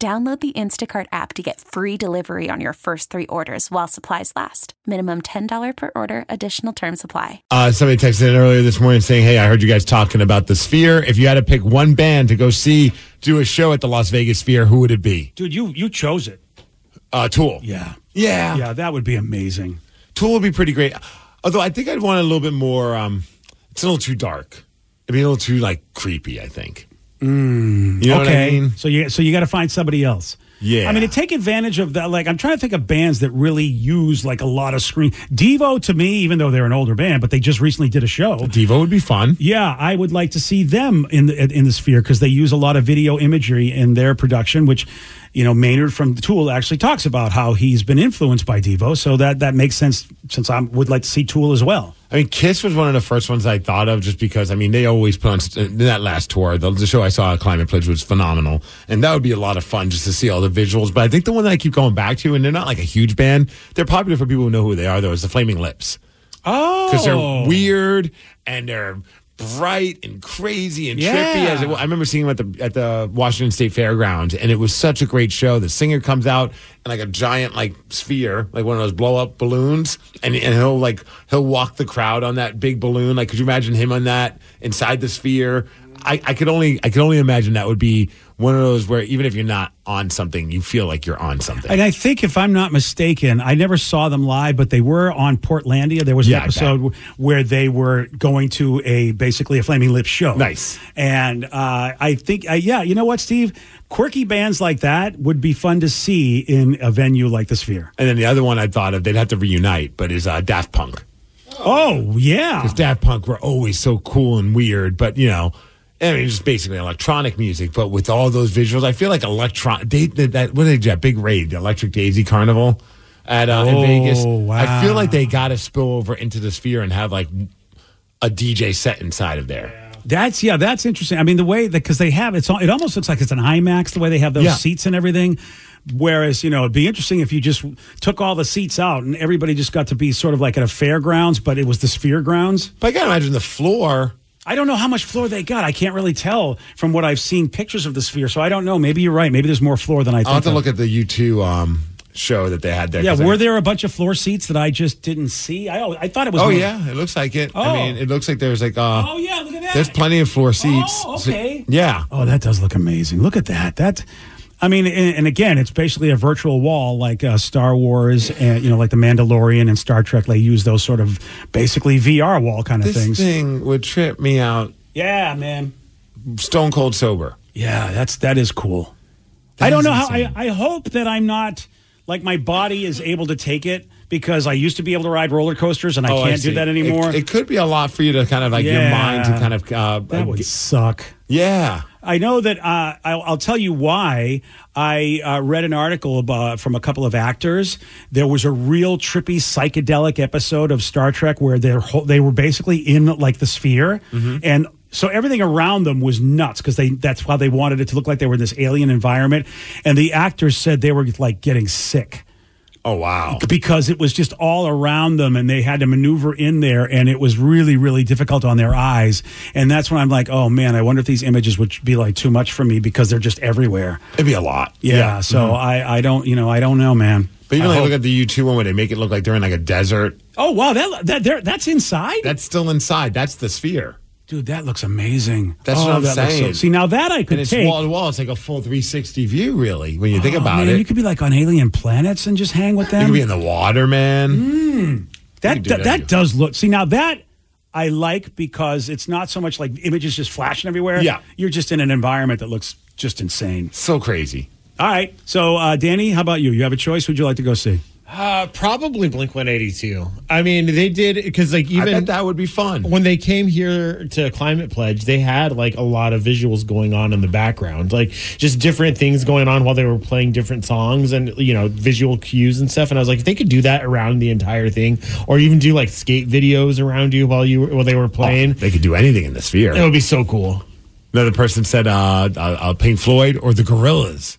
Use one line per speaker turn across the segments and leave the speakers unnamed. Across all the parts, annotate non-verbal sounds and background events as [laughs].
Download the Instacart app to get free delivery on your first three orders while supplies last. Minimum $10 per order, additional term supply.
Uh, somebody texted in earlier this morning saying, Hey, I heard you guys talking about the Sphere. If you had to pick one band to go see, do a show at the Las Vegas Sphere, who would it be?
Dude, you you chose it.
Uh, Tool.
Yeah.
Yeah.
Yeah, that would be amazing.
Tool would be pretty great. Although I think I'd want a little bit more, um, it's a little too dark. It'd be a little too, like, creepy, I think. Mm, you know
okay.
what I mean?
So you so you got to find somebody else.
Yeah.
I mean, to take advantage of that, like I'm trying to think of bands that really use like a lot of screen. Devo to me, even though they're an older band, but they just recently did a show.
Devo would be fun.
Yeah, I would like to see them in the in the sphere because they use a lot of video imagery in their production, which you know Maynard from Tool actually talks about how he's been influenced by Devo. So that that makes sense since I would like to see Tool as well.
I mean, Kiss was one of the first ones I thought of just because, I mean, they always put on st- that last tour. The, the show I saw at Climate Pledge was phenomenal. And that would be a lot of fun just to see all the visuals. But I think the one that I keep going back to, and they're not like a huge band, they're popular for people who know who they are, though, is the Flaming Lips.
Oh,
Because they're weird and they're bright and crazy and trippy.
Yeah.
As it, I remember seeing them at the, at the Washington State Fairgrounds, and it was such a great show. The singer comes out in like a giant like sphere, like one of those blow up balloons, and, and he'll like he'll walk the crowd on that big balloon. Like, could you imagine him on that inside the sphere? I, I could only I could only imagine that would be one of those where even if you're not on something, you feel like you're on something.
And I think, if I'm not mistaken, I never saw them live, but they were on Portlandia. There was
Yeah, I
an episode where they were going to a basically a Flaming Lips show.
Nice.
And uh, I think, uh, yeah, you know what, Steve? Quirky bands like that would be fun to see in a venue like the Sphere.
and then the other one I thought of, they'd have to reunite, but is uh, Daft Punk.
Oh, yeah.
because Daft Punk were always so cool and weird, but you know, I mean, just basically electronic music, but with all those visuals, I feel like electron. They did that. What did they do? That big raid, the Electric Daisy Carnival at uh, in
Oh,
Vegas. I feel
wow.
like they got to spill over into the sphere and have like a DJ set inside of there.
That's yeah, that's interesting. I mean, the way that because they have it's al- it almost looks like it's an IMAX the way they have those
Yeah.
seats and everything. Whereas you know it'd be interesting if you just took all the seats out and everybody just got to be sort of like at a fairgrounds, but it was the sphere grounds.
But I gotta imagine the floor.
I don't know how much floor they got. I can't really tell from what I've seen pictures of the sphere. So I don't know. Maybe you're right. Maybe there's more floor than I.
I'll have
think
to
of.
look at the U two um, show that they had there.
Yeah,
'cause I-
were there a bunch of floor seats that I just didn't see? I al- I thought it was.
Oh
more-
yeah, it looks like it. I
Oh.
mean, it looks like there's like uh,
Oh yeah, look at that.
there's plenty of floor seats.
Oh,
So-
okay.
yeah.
Oh, that does look amazing. Look at that. That, I mean, and, and again, it's basically a virtual wall like uh, Star Wars and you know, like the Mandalorian and Star Trek. They use those sort of basically VR wall kind of
This
things.
thing would trip me out
Yeah, man.
stone cold sober.
Yeah, that's that is cool. I don't know how. I, I hope that I'm not like my body is able to take it because I used to be able to ride roller coasters and Oh, I can't do that anymore.
Oh, It, it could be a lot for you to kind of like your
Yeah.
mind to kind of uh,
that would suck.
yeah.
I know that uh, I'll, I'll tell you why. I uh, read an article about, uh, from a couple of actors. There was a real trippy psychedelic episode of Star Trek where their whole, they were basically in like the sphere, and so everything around them was nuts because they that's why they wanted it to look like they were in this alien environment. And the actors said they were like getting sick
Oh wow.
because it was just all around them and they had to maneuver in there and it was really really difficult on their eyes and that's when i'm like oh man i wonder if these images would be like too much for me because they're just everywhere
It'd be a lot.
yeah, so i i don't you know i don't know man
Mm-hmm. But even
I
like
hope-
look at the U two one where they make it look like they're in like a desert.
oh wow that that there that's inside
That's still inside. That's the sphere.
dude, that looks amazing.
That's
oh,
what I'm
that looks so-
saying.
see, now that I could
And it's
take.
wall to wall. It's like a full 360 view, really, when you think about
Oh, man,
it.
you could be like on alien planets and just hang with them.
You could be in the water,
Mm.
man.
that
do
do-
that,
that
you-
does look. See, now that I like because it's not so much like images just flashing everywhere.
Yeah.
you're just in an environment that looks just insane.
So crazy.
All right, so uh, Danny, how about you? You have a choice. Would you like to go see?
Uh, probably Blink 182. I mean, they did because like
I
even
bet that would be
Oh,
fun.
when they came here to Climate Pledge, they had like a lot of visuals going on in the background, like just different things going on while they were playing different songs and you know visual cues and stuff. And I was like, if they could do that around the entire thing, or even do like skate videos around you while you were- while they were playing,
They could do anything in the sphere.
it would be so cool.
Another person said uh, uh, uh, Pink Floyd or the Gorillas.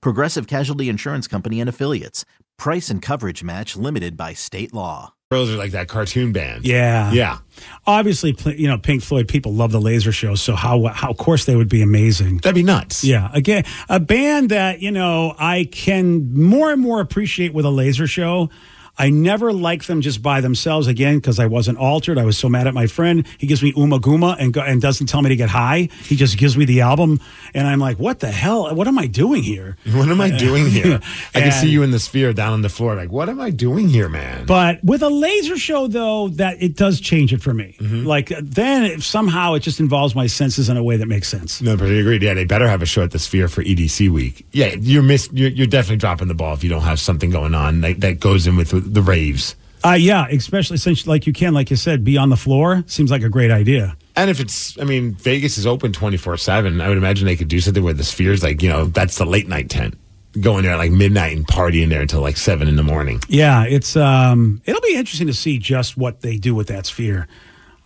Progressive Casualty Insurance Company and Affiliates. Price and coverage match limited by state law.
Gorillas are like that cartoon band.
Yeah,
Yeah.
Obviously, pl- you know Pink Floyd. People love the laser show, so how how of course they would be amazing.
That'd be nuts.
Yeah, again, a band that you know I can more and more appreciate with a laser show. I never liked them just by themselves again because I wasn't altered. I was so mad at my friend. He gives me Uma Guma and go, and doesn't tell me to get high. He just gives me the album, and I'm like, what the hell? What am I doing here?
[laughs] What am I doing
[laughs]
here? I can see
And-
you in the sphere down on the floor. Like, what am I doing here, man?
But with a laser show, though, that it does change it for me. Like then it, somehow it just involves my senses in a way that makes sense.
no, but I agreed. Yeah, they better have a show at the Sphere for EDC week. Yeah, you're miss. You're, you're definitely dropping the ball if you don't have something going on that, that goes in with the raves.
Uh, yeah, especially since like you can, like you said, be on the floor seems like a great idea.
And if it's, I mean, Vegas is open 24 7. I would imagine they could do something where the sphere's like, you know, that's the late night tent. Go in there at like midnight and party in there until like 7 in the morning.
Yeah, it's um, it'll be interesting to see just what they do with that sphere.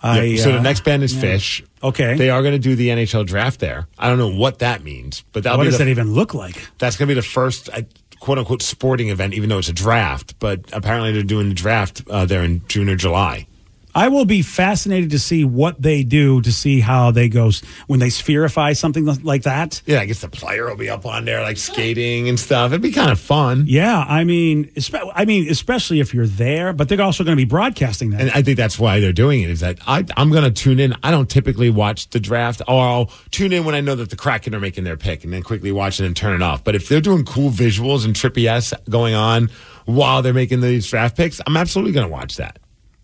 I,
Yeah, so
uh,
the next band is Fish.
Okay.
They are going to do the NHL draft there. I don't know what that means, but that'll
what
be
does
the,
that even look like?
that's going to be the first uh, quote unquote sporting event, even though it's a draft. But apparently they're doing the draft uh, there in June or July.
I will be fascinated to see what they do to see how they go s- when they spherify something like that.
Yeah, I guess the player will be up on there like skating and stuff. It'd be kind of fun.
Yeah, I mean, espe- I mean, especially if you're there, but they're also going to be broadcasting that.
And I think that's why they're doing it. Is that I, I'm going to tune in. I don't typically watch the draft, or I'll tune in when I know that the Kraken are making their pick, and then quickly watch it and turn it off. But if they're doing cool visuals and trippy ass going on while they're making these draft picks, I'm absolutely going to watch that.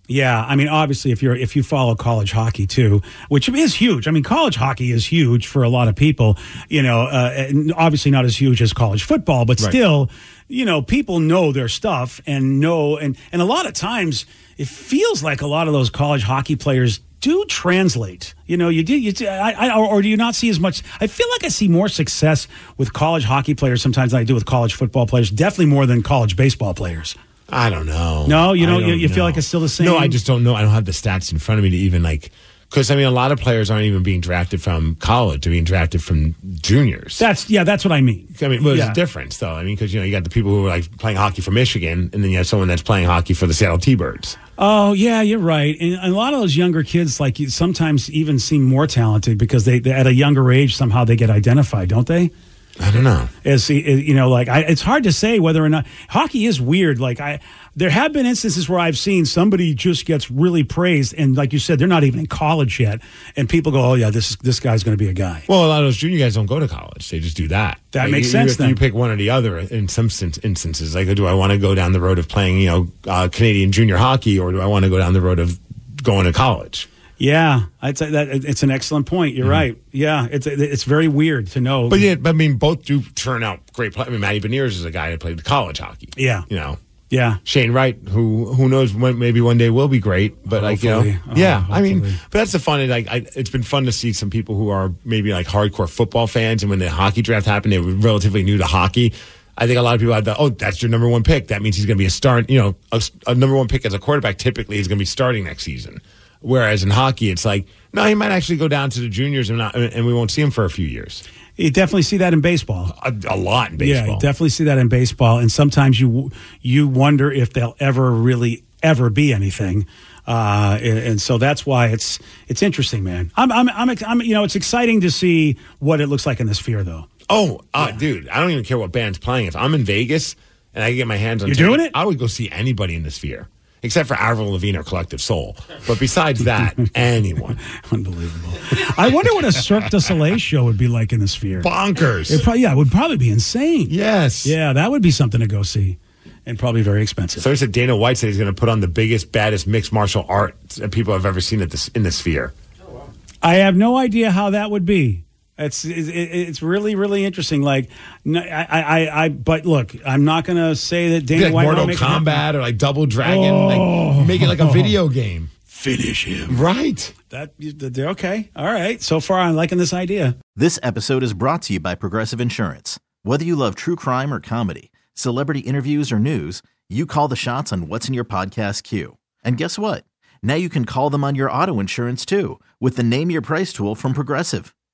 yeah, I mean, obviously, if you're if you follow college hockey too, which is huge. I mean, college hockey is huge for a lot of people. You know, uh, and obviously not as huge as college football, but still, you know, people know their stuff and know and and a lot of times it feels like a lot of those college hockey players do translate. You know, you do. You do I, I, or, or do you not see as much? I feel like I see more success with college hockey players sometimes than I do with college football players. Definitely more than college baseball players.
I don't know.
No, you
I
don't- you- you feel like it's still the same?
No, I just don't know. I don't have the stats in front of me to even like. Because I mean, a lot of players aren't even being drafted from college; they're being drafted from juniors.
That's yeah, that's what I mean.
I mean, well, there's
Yeah.
a difference, though. I mean, because you know, you got the people who are like playing hockey for Michigan, and then you have someone that's playing hockey for the Seattle T-Birds.
Oh yeah, you're right. And a lot of those younger kids, like you sometimes even seem more talented because they, they at a younger age somehow they get identified, don't they?
I don't know.
As the- you know, like I, it's hard to say whether or not hockey is weird. Like I, there have been instances where I've seen somebody just gets really praised, and like you said, they're not even in college yet, and people go, "Oh yeah, this is- this guy's going to be a guy."
Well, a lot of those junior guys don't go to college; they just do that.
That
Like,
makes
you,
sense,
You,
then.
you pick one or the other in some sin- instances. Like, do I want to go down the road of playing, you know, uh, Canadian junior hockey, or do I want to go down the road of going to college?
Yeah, I'd say that it's an excellent point. You're right. Yeah, it's it's very weird to know.
But yeah, but I mean, both do turn out great players. I mean, Matty Beniers is a guy that played college hockey.
Yeah.
you know.
yeah,
Shane Wright, who who knows when maybe one day will be great, but like you know,
Hopefully. Oh,
yeah. I mean,
hopefully.
but that's the fun. Like, I, it's been fun to see some people who are maybe like hardcore football fans, and when the hockey draft happened, they were relatively new to hockey. I think a lot of people had the oh, that's your number one pick. That means he's going to be a start. You know, a, s- a number one pick as a quarterback typically is going to be starting next season. Whereas in hockey, it's like, no, he might actually go down to the juniors and not, and we won't see him for a few years.
You definitely see that in baseball.
A, a lot in
Yeah,
baseball.
you definitely see that in baseball, and sometimes you you wonder if they'll ever really ever be anything. Uh, and, and so that's why it's it's interesting, man. I'm, I'm I'm ex- I'm you know it's exciting to see what it looks like in the sphere, though. [laughs]
Oh, uh, dude, I don't even care what band's playing. If I'm in Vegas and I can get my hands on
You're
tickets,
doing it?
I would go see anybody in the sphere, except for Avril Lavigne or Collective Soul. But besides
[laughs]
that, anyone.
Unbelievable. I wonder what a Cirque du Soleil show would be like in the sphere. It
Bonkers.
probably, yeah, it would probably be insane.
yes.
Yeah, that would be something to go see, and probably very expensive.
So he said Dana White said he's going to put on the biggest, baddest mixed martial art that people have ever seen at this, in the sphere.
I have no idea how that would be. It's it, it- it's really really interesting. Like, no, I, I I but look, I'm not gonna say that
It'd be
Dana
like
White
Mortal
won't make it happen. Oh.
Kombat or like Double Dragon. Like make it like a video game.
finish him.
Right.
That you- that- they're okay. All right. So far, I'm liking this idea.
This episode is brought to you by Progressive Insurance. Whether you love true crime or comedy, celebrity interviews or news, you call the shots on what's in your podcast queue. And guess what? Now you can call them on your auto insurance too with the Name Your Price tool from Progressive.